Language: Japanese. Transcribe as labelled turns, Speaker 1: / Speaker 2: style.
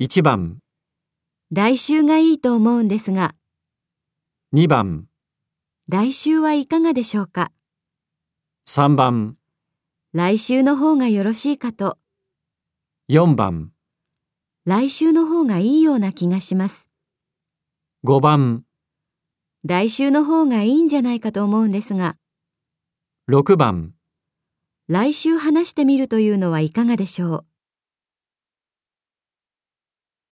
Speaker 1: 1番、
Speaker 2: 来週がいいと思うんですが、
Speaker 1: 2番、
Speaker 2: 来週はいかがでしょうか
Speaker 1: 3番、
Speaker 2: 来週の方がよろしいかと、
Speaker 1: 4番、
Speaker 2: 来週の方がいいような気がします。
Speaker 1: 5番、
Speaker 2: 来週の方がいいんじゃないかと思うんですが、
Speaker 1: 6番。
Speaker 2: 来週話してみるというのはいかがでしょう